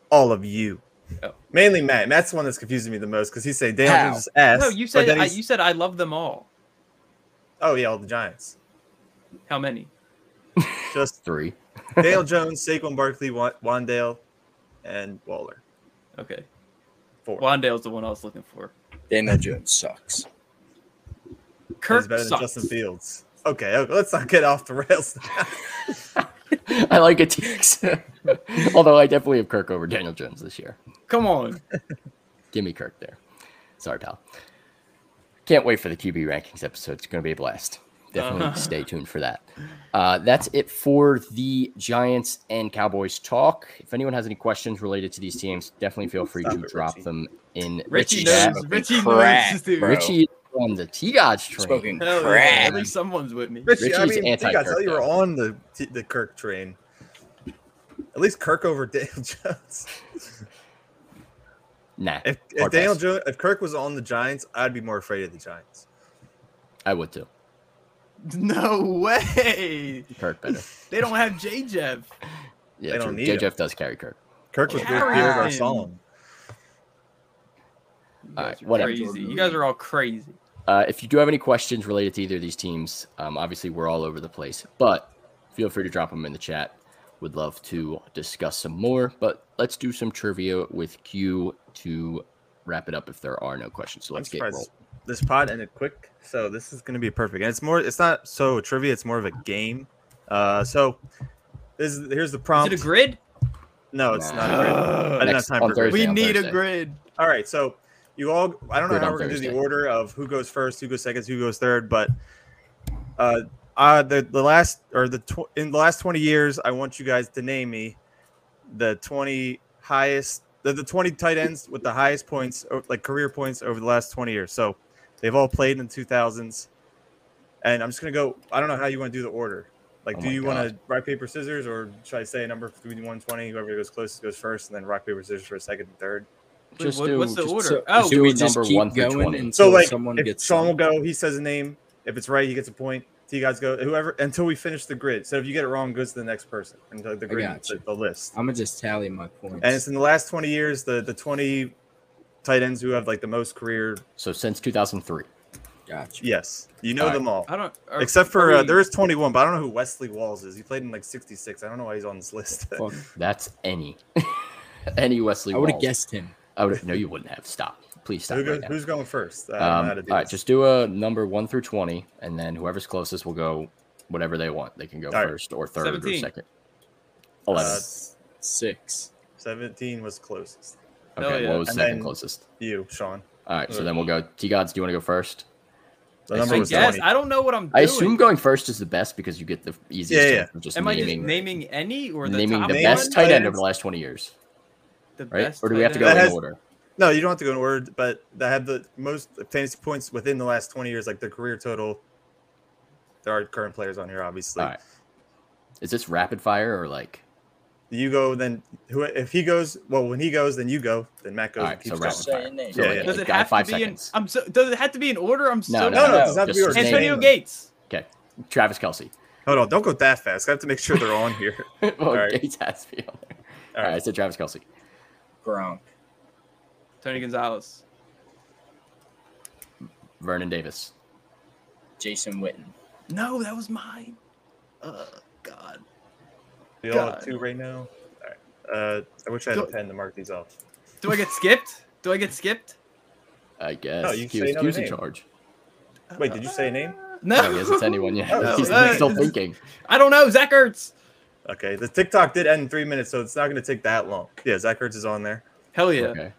all of you,
Oh.
mainly Matt. Matt's the one that's confusing me the most because he's saying Daniel
How?
Jones is ass.
No, you
but
said
then
I,
he's-
you said I love them all.
oh yeah, all the Giants.
How many?
Just
Three.
Daniel Jones, Saquon Barkley, Wan- Wandale, and Waller.
Okay.
Four.
Wandale's the one I was looking for.
Daniel Jones sucks.
He's
Kirk
better than
sucks.
Justin Fields. Okay, okay, let's not get off the rails.
I like it, Teeks. Although I definitely have Kirk over Daniel Jones this year.
Come on.
Give me Kirk there. Sorry, pal. Can't wait for the QB rankings episode. It's going to be a blast. Definitely stay tuned for that. Uh, that's it for the Giants and Cowboys talk. If anyone has any questions related to these teams, definitely feel free
Stop
to
it,
drop
Richie.
them in the
Richie
chat.
knows.
Fucking
Richie
crap,
knows this dude.
bro.
Richie is on the T Gods
Smoking
train.
Hell yeah,
crap.
At least someone's with me.
Rich, I
Richie's
mean, you
anti-Kirk,
guys, you were
though.
on the the Kirk train. At least Kirk over Daniel Jones.
Nah.
If, if
hard
Daniel
pass.
Jones, if Kirk was on the Giants, I'd be more afraid of the Giants.
I would too.
No way.
Kirk better.
They don't have J Jeff.
Yeah,
They don't
true.
need
J.
him.
Jeff does carry Kirk.
Kirk was with
Carry
Pierre
him.
Garcon.
You
All
guys
right,
are
whatever.
Crazy. You guys are all crazy.
Uh, if you do have any questions related to either of these teams, um, obviously we're all over the place, but feel free to drop them in the chat. Would love to discuss some more, but let's do some trivia with Q to wrap it up if there are no questions. So
I'm
let's get
surprised
roll.
This pod ended quick, so this is going to be perfect. And it's more, it's not so trivia; it's more of a game. Uh, so this is here's the
Is
prompt.
it a grid?
No, it's
Nah.
not. A grid. I didn't have
Next-
time
on
for grid.
Thursday.
We
on
need
Thursday.
a grid.
All right, so you all, I don't know
Grid
how
on
we're going to do the
Thursday.
order of who goes first, who goes second, who goes third, but uh, uh the the last or the tw- in the last twenty years, I want you guys to name me the twenty highest, the, the twenty tight ends with the highest points, o- like career points over the last twenty years. So they've all played in two thousands, and I'm just gonna go. I don't know how you want to do the order. Like,
Oh
do
my
you
God.
want to rock paper scissors, or should I say a number between one twenty? Whoever goes closest goes first, and then rock paper scissors for a second and third.
Wait,
Just
what-
do-
what's the
just-
order?
So,
oh,
do
do
we
we
number
just keep
one through
going
20?
So,
until
like,
someone
if
gets
Sean will
some?
go, he says a name. If it's right, he gets a point. T guys go whoever until we finish the grid. So if you get it wrong, it goes to the next person until the grid,
gotcha.
the, the list.
I'm gonna just tally my points.
And it's in the last twenty years, the the twenty tight ends who have like the most career.
So since 2003,
gotcha.
Yes, you know
All right.
them all.
I don't. Are,
Except for
are
uh,
we-
there is 21, but I don't know who Wesley Walls is. He played in like 66. I don't know why he's on this list.
Fuck.
that's any, any Wesley.
I would have
Walls.
guessed him.
I would. No, you wouldn't have. Stop. Please stop.
Who
right
goes,
now.
who's going first? I don't know
Um,
how
all
to do
right,
this.
just do a number one through twenty, and then whoever's closest will go whatever they want. They can go
All right.
first or third or
17.
second. Eleven.
Uh,
S- Six.
17 was closest.
hell
okay,
yeah.
what was
And
second
then-
closest?
You, Sean.
All right, so
Uh,
then we'll go. T gods, do you want to go first?
The
I
number
I
was
guess
20.
I don't know what I'm
I
doing.
assume going first is the best because you get the easiest.
Yeah,
thing
yeah.
from Just
Am I
naming
just naming any or the
naming
top
the
Name
best
one?
tight end
players.
over the last twenty years,
The
right?
best
or do we
tight
have to go
end.
in
That has-
order?
No, you don't have to go in order, but they have the most fantasy points within the last 20 years, like their career total. There are current players on here, obviously.
All right. Is this rapid fire or like?
You go, then who? If he goes, well, when he goes, then you go. Then Matt goes.
All
and
right,
keeps
so
going.
rapid
Say
fire.
your name.
So
Yeah,
like,
yeah.
it's
Does it
got
have
five
to be
seconds.
in? I'm so. Does it have to be in order? I'm so.
No,
No, no,
no,
it does not have
just
to be order.
his name.
Antonio
Name them.
Gates.
Okay, Travis Kelsey.
Hold on, don't go that fast. I have to make sure they're on here.
well,
right.
Gates has to be on there. All
All
right, I
right,
said Travis Kelsey.
Gronk.
Tony Gonzalez.
Vernon Davis.
Jason Witten.
No, that was mine. Uh, God.
we all have
God.
two right now. All right. Uh, I wish I had a
Don't-
pen to mark these off.
Do I get skipped? Do I get skipped?
I guess.
No, you
he
say
was, he
another
was in
name.
charge.
Uh,
Wait, did you say a name?
No.
No, he hasn't said anyone yet.
No.
He's
Uh,
still
it's-
thinking.
I don't know. Zach Ertz.
Okay, the TikTok did end in three minutes, so it's not going to take that long. Yeah, Zach Ertz is on there.
Hell yeah.
Okay.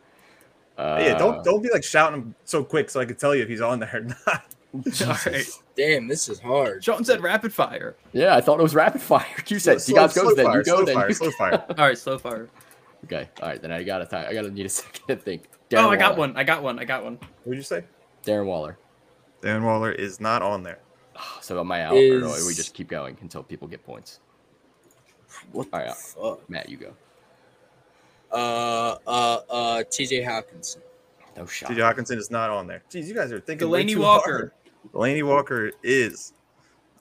Uh,
yeah, don't don't be like shouting him so quick, so I can tell you if he's on there or not.
All right.
Damn, this is hard.
Sean said rapid fire.
Yeah, I thought it was rapid fire. You said you guys go, then you go,
slow
then
fire,
you
slow fire.
All right, slow fire.
Okay, all right, then I got to time. I got to need a second to think.
oh, I got
Waller.
one. I got one. I got one.
Who'd you say?
Darren Waller.
Dan Waller is not on there.
So am I out, or do I- we
Is-
just keep going until people get points?
What
All right.
the fuck?
Matt, you go.
Uh, uh, uh, T.J. Hawkinson.
No shot.
TJ Hawkinson is not on there. Jeez, you guys are thinking. way
Delaney
too
Walker.
Hard. Delaney Walker is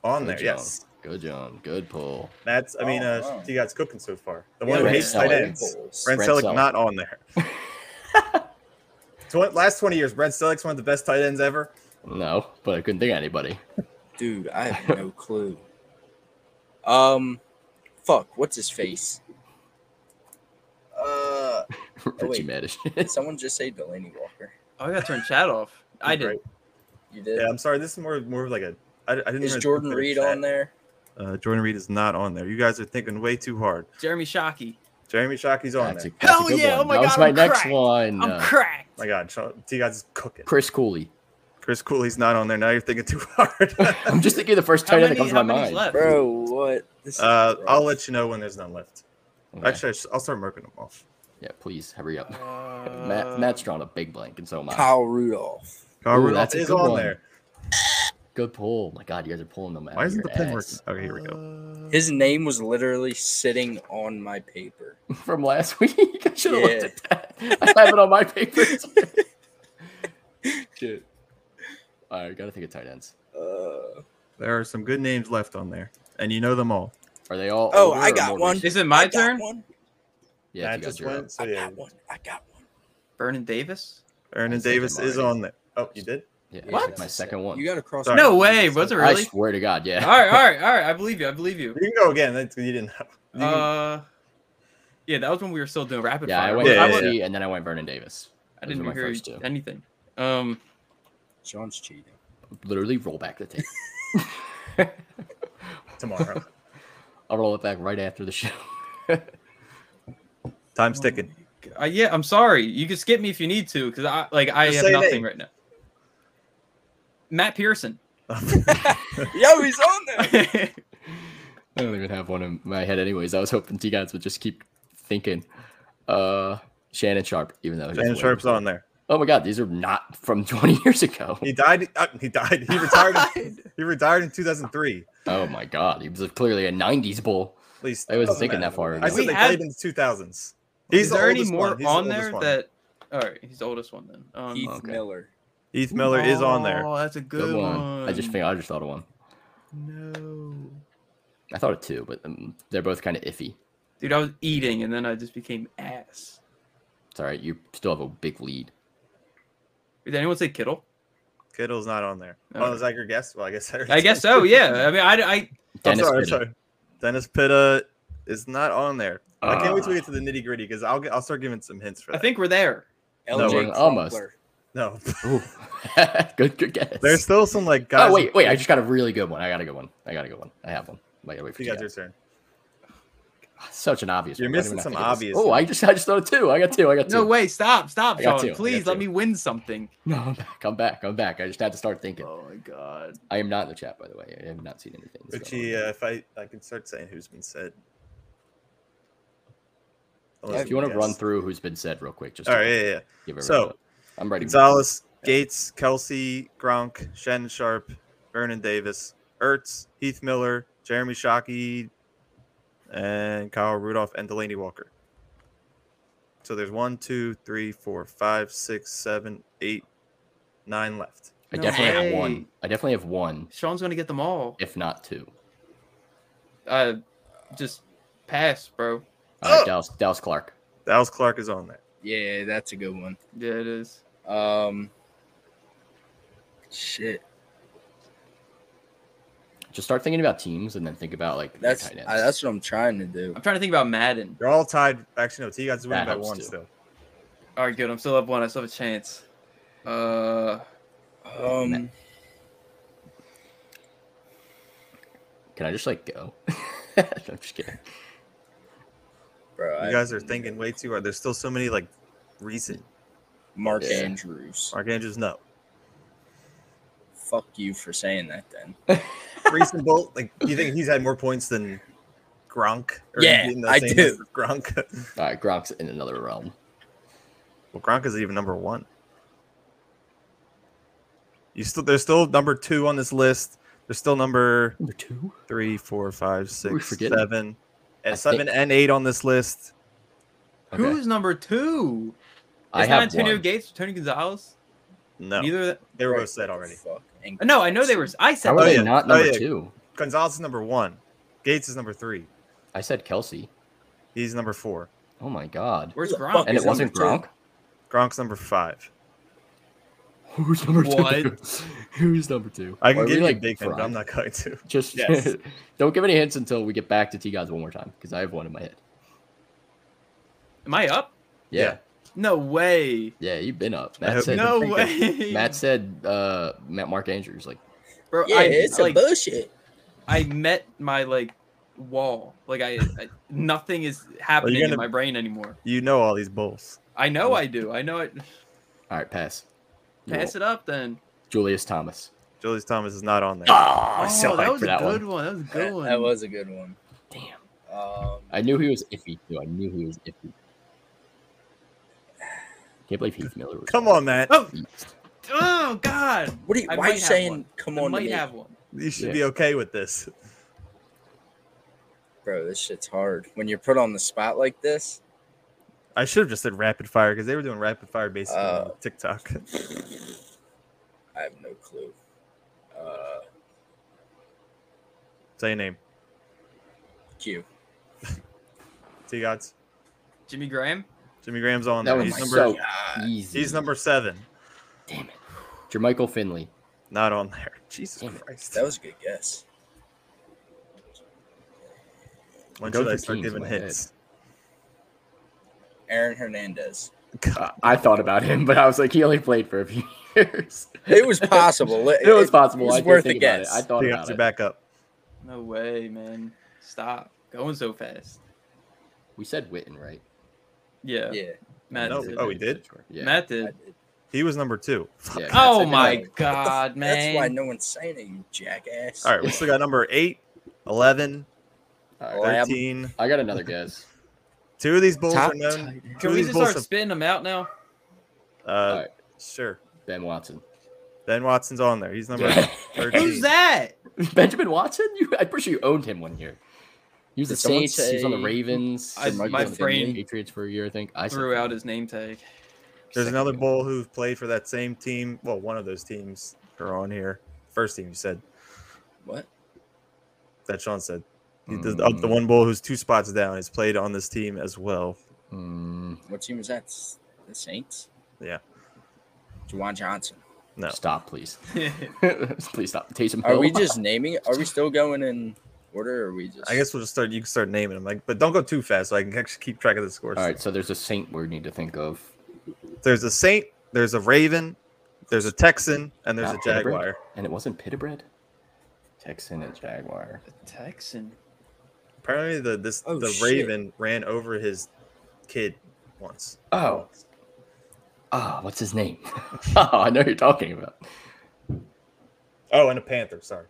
on
Good
there.
job.
Yes,
Good John. Good pull.
that's. I mean,
Oh,
uh,
wow.
T God's cooking so far. The
Yeah,
one who
Brent
hates tight
Selleck.
ends.
Brent
Brent
Brent
Selleck
Selleck.
not on there. Tw- last twenty years, Brent Selleck's one of the best tight ends ever.
No, but I couldn't think of anybody.
Dude, I have no clue. Um, fuck. What's his face? Uh,
Richie
wait.
Maddish.
someone just say Delaney Walker.
Oh, I got to turn chat off. I did.
Right.
You did.
Yeah, I'm sorry. This is more more of like a I, I didn't.
Is
really
Jordan
consider
Reed
that.
on there?
Uh, Jordan Reed is not on there. You guys are thinking way too hard.
Jeremy Shockey.
Jeremy Shockey's on
That's a,
there.
that's a
Hell
good
yeah,
one.
oh my
that was
God,
my
I'm
next
cracked.
one.
I'm
uh,
cracked.
My God, Sean, T guys is cooking.
Chris Cooley.
Chris Cooley's not on there. Now you're thinking too hard.
I'm just thinking of the first
How
tight end
many,
that comes
how
to my
many's
mind.
left?
Bro, what? This is
uh,
rough.
I'll let you know when there's none left.
Okay.
Actually, I sh- I'll start marking them off.
yeah, please hurry up.
Uh,
Matt, Matt's drawn a big blank, and so am I.
Kyle Rudolph.
Kyle
Ooh,
Rudolph
that's a
is
good
on
one.
there.
Good pull. My God, you guys are pulling them out.
Why
of
isn't
your
the pen working?
ass.
Okay, here we go.
Uh,
His name was literally sitting on my paper. Uh,
from last week? I should have
Yeah.
looked at that. I have it on my papers. Shit. All right, gotta think of tight ends.
Uh,
There are some good names left on there, and you know them all.
Are they all?
Oh,
over
I
or
got
more
one.
recent?
Is it my
I got
turn?
One.
Yeah,
Matt
if you guys
just
are up.
went, so
I
yeah.
got one. I got one.
Vernon Davis.
Vernon
I think
Davis
I'm
is
already-
on there. Oh, you did?
Yeah,
Yeah,
what?
that's
My
a
second
set.
one.
You got to cross.
Sorry.
out
No
the
way.
first
Was it
one.
I
really?
swear to God,
All
yeah.
right, all right, all right. I believe you. I believe you.
You can go again. That's you didn't. you can-
Uh, yeah, that was when we were still doing rapid
Yeah, I
fire.
went
Yeah,
yeah,
I,
yeah,
went-
yeah.
and then I went Vernon Davis.
I
Those were
didn't
my
hear
first two.
anything. Um,
John's cheating.
Literally roll back the tape.
tomorrow.
I'll roll it back right after the show.
Time's ticking.
uh, yeah, I'm sorry. You can skip me if you need to, because I like I
Just
have
say
nothing
name.
right now. Matt Pearson.
Yo, he's on there.
I don't even have one in my head, anyways. I was hoping you guys would just keep thinking. Uh, Shannon Sharp, even though he's
Shannon
way
Sharp's
before.
on there.
Oh my God, these are not from 20 years ago.
He died. Uh, he died. He retired. he retired in 2003.
Oh my God, he was a- clearly a 90s bull.
At least
I wasn't
doesn't
thinking that
matter.
far
I
ago.
said
We
they
had-
played in the 2000s.
Is
He's the
there any
oldest
more
one. He's the
on
oldest
there
one.
that? All right, he's the oldest one then. Um,
Keith
Okay.
Miller.
Heath Miller is on there.
Oh, that's a good,
Good, one.
one.
I just think I just thought of one.
No,
I thought of two, but um, they're both kind of iffy.
dude, I was eating and then I just became ass.
It's all right. You still have a big lead.
Did anyone say Kittle?
Kittle's not on there.
Okay.
Oh, is that your guess? Well, I guess already
I guess so. Yeah. I mean, I, I
I'm
Dennis
sorry, I'm
Pitta.
sorry. Dennis Pitta is not on there. I can't wait till
Ah.
we get to the nitty gritty because I'll get, I'll start giving some hints for
I
that.
think we're there.
No,
LJ
we're almost.
Crumpler.
no,
Ooh. good, good guess.
there's still some like guys.
oh wait, wait! I just got a really good one. I got a good one. I got a good one. I have one. Wait, wait for
You
you
got your
guys.
turn.
Such an obvious.
You're
one. I don't
missing
even
some
have to get this-
obvious
Oh, I just, I just thought of two. I got two. I got two.
No way. Stop. Stop,
I got
Sean.
two, I got
Please let
two.
me win something.
no, I'm back. I'm back. I'm back. I just had to start thinking.
Oh my god.
I am not in the chat, by the way. I have not seen anything. that's
Which
going
he,
on.
uh, if I I can start saying who's been said. Unless
if you want to
guess.
run through who's been said real quick, just
All
to
right, yeah, yeah. yeah.
give everyone
So-
a- I'm ready.
Gonzalez, Gates, Kelsey, Gronk, Shannon Sharp, Vernon Davis, Ertz, Heath Miller, Jeremy Shockey, and Kyle Rudolph and Delaney Walker. So there's one, two, three, four, five, six, seven, eight, nine left.
I
No
definitely have
way.
one. I definitely have one,
Sean's gonna get them all.
if not two.
Uh, just pass, bro.
All right,
Oh!
Dallas, Dallas Clark.
Dallas Clark is on there.
Yeah, that's a good one.
Yeah, it is.
Um, shit.
Just start thinking about teams and then think about like their
That's
tight ends.
I, that's what I'm trying to do.
I'm trying to think about Madden.
They're all tied. Actually, no, T guys is
That
winning by
helps
one
too.
still.
All right, good. I'm still up one. I still have a chance. Uh,
Um,
Can I just like go? I'm just kidding.
bro, I,
You guys are thinking way too hard. There's still so many like recent.
Mark
Yeah.
Andrews.
Mark Andrews, no.
Fuck you for saying that. Then.
Recent Bolt, like do you think he's had more points than Gronk?
Yeah,
even the
I
same
do.
as Gronk.
All right, Gronk's in another realm.
Well, Gronk is even number one. You still there's still number two on this list. There's still number
Number two.
three, four, five, six,
forgetting?
seven,
I
and seven and eight on this list.
Okay.
who's number two?
I
It's not
have
Antonio
one.
Gates, Tony Gonzalez.
No,
Neither. of the- uh,
they were
Right,
both said
what
already.
the Fuck. And
No, I know they were. I said.
How are
Oh,
they
yeah.
not
Oh,
number
yeah.
two?
Gonzalez is number one. Gates is number three.
I said Kelsey.
He's number four.
Oh my God.
Where's
Who the
Gronk?
fuck
And it
is number
wasn't
two?
Gronk.
Gronk's number five.
Who's number
What?
two? Who's number two?
I can
Are we,
give you a
like,
big hint, but I'm
fried?
not going to.
Just
Yes.
don't give any hints until we get back to T guys one more time because I have one in my head.
Am I up?
Yeah,
No way.
yeah, you've been up.
I
Matt
hope-
said.
No
thinking.
way.
Matt said. Uh, Matt Mark Andrews. Like
bro.
Yeah,
I,
it's
like,
a bullshit.
I met my like wall. Like I, I nothing is happening in
gonna-
my brain anymore.
You know all these bulls.
I know I do. I know it.
All right, pass. You
Pass
won't.
it up then.
Julius Thomas.
Julius Thomas is not on there.
Ah,
Oh,
so
that was
for
a
that
good one. That was a good
That,
one.
that was a good one.
Damn.
Um,
I knew he was iffy too. I knew he was iffy. Can't believe Heath Miller was.
Come on, Matt.
Oh, oh God!
what are you,
I
why are
might
you
have
saying?
one.
Come
I
on, to
might
me?
have one.
You should
Yeah.
be okay with this.
bro. This shit's hard. When you're put on the spot like this,
I should have just said rapid fire because they were doing rapid fire basically on
Oh.
TikTok.
I have no clue. Uh,
Say a name.
Q.
T gods.
Jimmy Graham.
Jimmy Graham's on
That
there.
was
He's
my
number
so
God.
easy.
he's number seven.
Damn it. Jermichael Finley.
Not on there. Jesus
Damn it.
Christ.
That was a good guess.
when
Go
should I
through
start
teams in
giving
my head.
hits?
Aaron Hernandez.
Uh, I thought about him, but I was like, he only played for a few years.
It was possible.
it was possible.
It's
I did
worth a
think about it.
guess.
I thought
T
about
gods are
it.
back up.
No way, man. Stop going so fast.
We said Witten, right?
Yeah,
yeah.
Matt.
No,
did.
oh, we did?
Yeah.
Matt
I
did.
did.
He was number two.
yeah.
Oh
I
my
know. What the
God,
f-
man.
That's why no one's saying it, you jackass.
All right, we still got number eight, 11,
All right.
Lab.
13.
I got another guess.
Two of these bulls
Top
are known.
tight.
Two
Can we
of these
just start
bulls have,
spitting them out now?
uh,
All right.
Sure.
Ben Watson.
Ben Watson's on there. He's number
Yeah.
13.
Who's that?
Benjamin Watson? You, I'm pretty sure you owned him one year. He was
Did
the
someone
Saints. he was on the
say-
Ravens. he
I-
was
my
on the
brain
Patriots for a year, I think. I said
Threw out
Finley.
his name tag.
There's
Second
another
guess.
bull who played for that same team. Well, one of those teams are on here. First team, you said.
What?
That Sean said. He does- uh, the one bull who's two spots down has played on this team as well.
Mm,
What team is that? S- The Saints?
Yeah.
Juwan Johnson.
No.
Stop, please.
All
please stop. Taysom
Are
Hill.
we just naming it? Are we still going in order? Or are we just.
I guess we'll just start. You can start naming them, like, but don't go too fast, so I can actually keep track of the scores.
All right, so there's a Saint we need to think of.
There's a Saint. There's a Raven. There's a Texan, and there's
Not
a
Pittsburgh.
Jaguar.
And it wasn't Pittibread? Texan and Jaguar.
Texan.
Apparently, the this
Oh,
the
shit.
Raven ran over his kid once.
Oh. Oh, what's his name? oh, I know who you're talking about.
Oh, and a Panther. Sorry.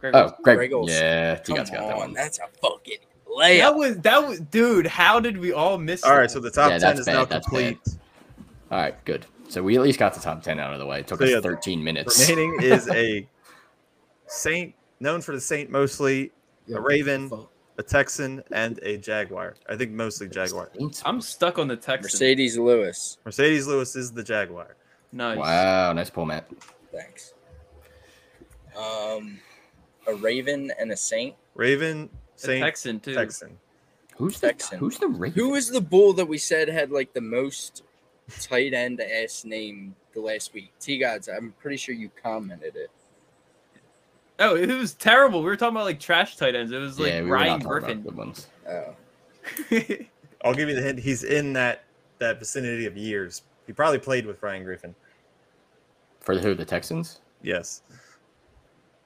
Greg
Oh, Greg.
Greg Olson.
Yeah, you
Come
guys got that
on.
one.
That's a fucking
That
layup.
was that was dude. How did we all miss?
All right,
that?
so the top
Yeah,
ten
that's
is now
bad, that's
complete.
All right, good. So we at least got the top 10 out of the way. It took
So,
us
yeah,
13 minutes.
Remaining is a Saint, known for the Saint mostly, a Raven, a Texan, and a Jaguar. I think mostly Jaguar.
Saints?
I'm stuck on the Texan.
Mercedes Lewis.
Mercedes Lewis is the Jaguar.
Nice.
Wow, nice pull, Matt.
Thanks. Um, a Raven and a Saint.
Raven,
A
Saint, Texan.
Texan too.
Who's the
Texan.
Who's the Raven?
Who was the bull that we said had like the most tight end ass name the last week? T Gods, I'm pretty sure you commented it.
Oh, it was terrible. We were talking about like trash tight ends. It was like
yeah, we were not
Ryan
talking about
Griffin.
good ones.
Oh,
I'll give you the hint. He's in that that vicinity of years. He probably played with Ryan Griffin.
For who? The Texans?
Yes.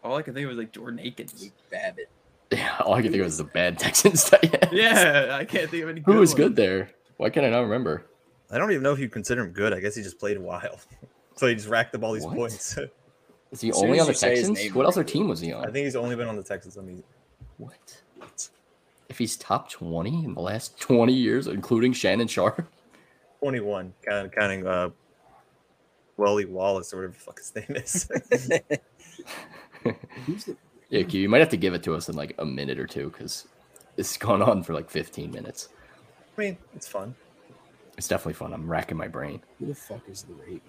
all I could think of was like Jordan Aikens.
Luke Babbitt.
Yeah, all I could think of was the bad Texans. tight ends.
Yeah, I can't think of any.
Who was
ones.
good there? Why can't I not remember?
I don't even know if you consider him good. I guess he just played a while. so he just racked up all these
What?
points. I
Is he
As soon
only
as
on the
you say his
Texans?
name,
What
I'm
other
like,
team was he on?
think he's only been on the Texans. I mean,
what? If he's top 20 in the last 20 years, including Shannon Sharp?
21, count, counting uh, Welly Wallace or whatever the fuck his name is.
Yeah, Q, you might have to give it to us in like a minute or two because this has gone on for like 15 minutes.
I mean, it's fun.
It's definitely fun. I'm racking my brain.
Who the fuck is the Raven?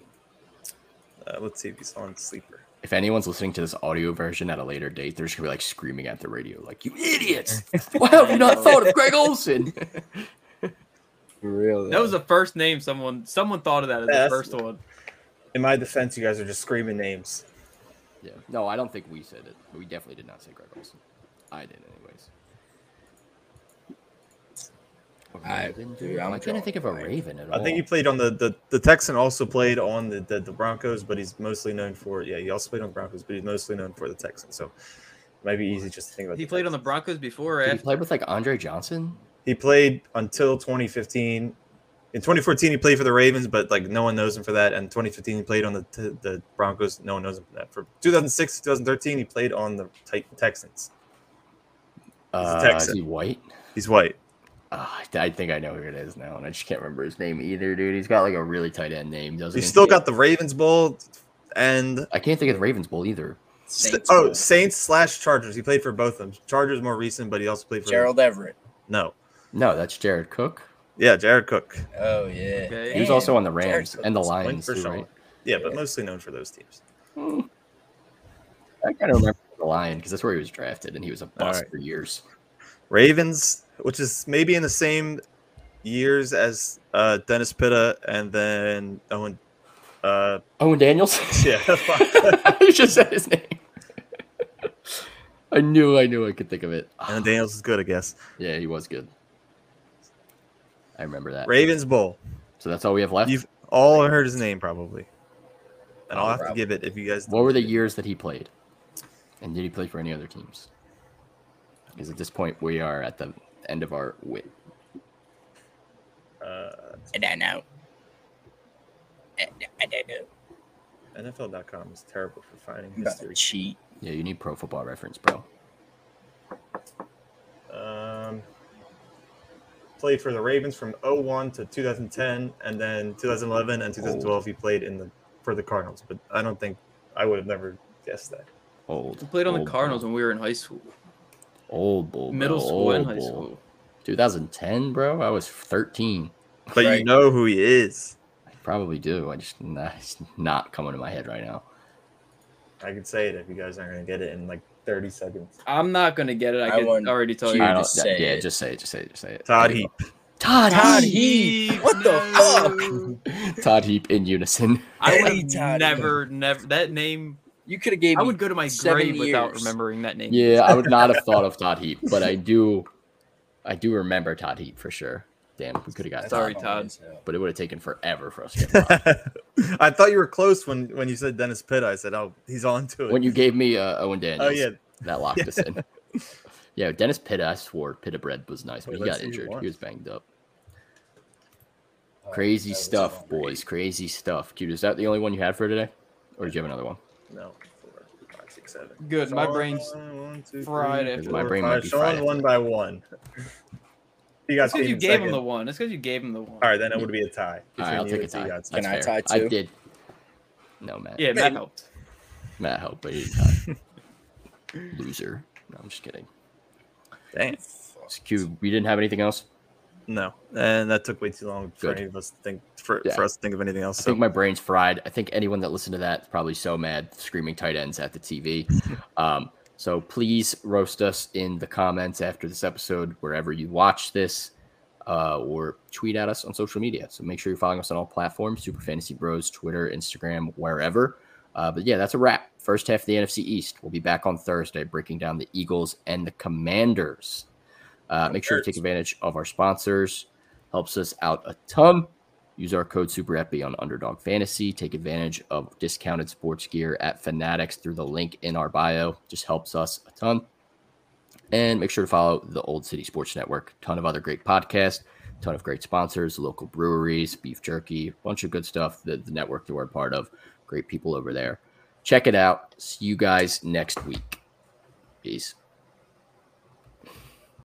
Uh, let's see if he's on sleeper.
If anyone's listening to this audio version at a later date, they're just gonna be like screaming at the radio, like, you idiots! Why have you not thought of Greg Olson?
Really?
That was the first name someone someone thought of that as
Yeah,
the
that's-
first one.
In my defense, you guys are just screaming names.
Yeah. No, I don't think we said it. We definitely did not say Greg Olson. I did, anyways.
I-
Raven,
dude,
dude?
I'm
I couldn't think of a
drawing blank.
Raven at all.
I think he played on the the, the Texan also played on the, the the Broncos, but he's mostly known for yeah he also played on the Broncos, but he's mostly known for the Texans. So it might be easy just to think about.
He played on the Broncos before.
Did he
Right?
play with like Andre Johnson.
He played until 2015. In 2014, he played for the Ravens, but like no one knows him for that. And 2015, he played on the the Broncos. No one knows him for that. For 2006 2013, he played on the Ti- Texans.
Uh,
Texan.
Is he white?
He's white.
Ah, I think I know who it is now, and I just can't remember his name either, dude. He's got like a really tight end name. Doesn't
He's
he?
still got the Ravens Bowl and
I can't think of the Ravens Bowl either.
Saints
oh
Bowl.
Saints slash Chargers. He played for both of them. Chargers more recent, but he also played for
Gerald Everett.
No,
No, that's Jared Cook.
yeah, Jared Cook.
Oh yeah.
Okay.
He was also on the
Jared
Rams and the
Cook's
playing
Lions,
for
too,
Charlotte.
right?
Yeah, but mostly known for those teams.
I kind of remember the Lion because that's where he was drafted, and he was a bust
right.
for years.
Ravens, which is maybe in the same years as uh, Dennis Pitta and then Owen. Uh,
Owen Daniels.
yeah,
I just said his name. I knew, I knew, I could think of it. Ah,
and Daniels is good, I guess.
Yeah, he was good. I remember that.
Ravens Bowl.
So that's all we have left.
You've all heard his name probably, and
Oh,
I'll have to
probably.
give it if you guys.
What were the years that he played? And did he play for any other teams? Because at this point, we are at the end of our wit.
Uh,
I don't know. I I don't know.
NFL.com is terrible for finding
I'm about to
history.
cheat.
Yeah, you need pro football reference, bro.
Um, played for the Ravens from 01 to 2010, and then 2011 and 2012 he played in the for the Cardinals. But I don't think I would have never guessed that.
Old.
He played on the
old
Cardinals
bull.
when we were in high school,
Old bull.
middle
bro,
school, and
old
high
bull.
school.
2010, bro. I was 13.
But you
Right.
know who he is.
I probably do. I just nah, it's not coming to my head right now.
I could say it if you guys aren't gonna get it in like 30 seconds.
I'm not gonna get it. I,
I
can
want
already tell
you
you.
I
to
don't,
say
yeah,
it.
just say it. Just say it. Just say it.
Todd
There you
Heap.
go. Todd,
Todd
Heap.
Heap. What the
Todd Heap in unison.
I
Hey,
would
Todd.
have never, never that name.
You could have gave
I
me.
would go to my
seven
grave without
years.
remembering that name.
Yeah, I would not have thought of Todd Heap, but I do, I do remember Todd Heap for sure. Damn, we could have got
That's
Todd,
Sorry,
all
Todd.
is, uh,
but it would have taken forever for us to get Todd.
I thought you were close when when you said Dennis Pitt. I said, "Oh, he's on to it."
when you gave me uh, Owen Daniels.
oh yeah,
that locked us in. Yeah, Dennis Pitta, I swore Pitta bread was nice, but
Wait,
he
let's
got
see who
injured.
won.
He was banged up.
oh,
Crazy
that was
stuff,
great.
boys. Crazy stuff. Dude, is that the only one you had for today? Or did you have another one?
no. Four, five, six, seven.
Good. My
Sean,
brain's
one, two,
fried
three,
after
My
four,
brain might
five.
be
Sean
fried after
one
that.
by one. You guys
That's because you
came
gave
second.
him the one. That's because you gave him the one.
All right, then it would be a tie.
All right, I'll
between
take a
you and
tie.
you guys.
That's
Can I
fair.
tie
I
too?
did. No, Matt.
Yeah, Matt helped.
Matt helped, but he didn't tie. Loser. No, I'm just kidding.
Dang.
So, Q, we didn't have anything else?
Eh, No, and that took way too long for
Good.
any of us to think for,
Yeah.
for us to think of anything else.
I
So
think my brain's fried. I think anyone that listened to that is probably so mad, screaming tight ends at the TV. um, so please roast us in the comments after this episode, wherever you watch this, uh, or tweet at us on social media. So make sure you're following us on all platforms: Super Fantasy Bros, Twitter, Instagram, wherever. Uh, but yeah, that's a wrap. First half of the NFC East. We'll be back on Thursday breaking down the Eagles and the Commanders. Uh, make sure you take advantage of our sponsors. Helps us out a ton. Use our code SuperEpi on Underdog Fantasy. Take advantage of discounted sports gear at Fanatics through the link in our bio. Just helps us a ton. And make sure to follow the Old City Sports Network. Ton of other great podcasts, ton of great sponsors, local breweries, beef jerky, bunch of good stuff. The, the network that we're a part of. Great people over there. Check it out. See you guys next week. Peace.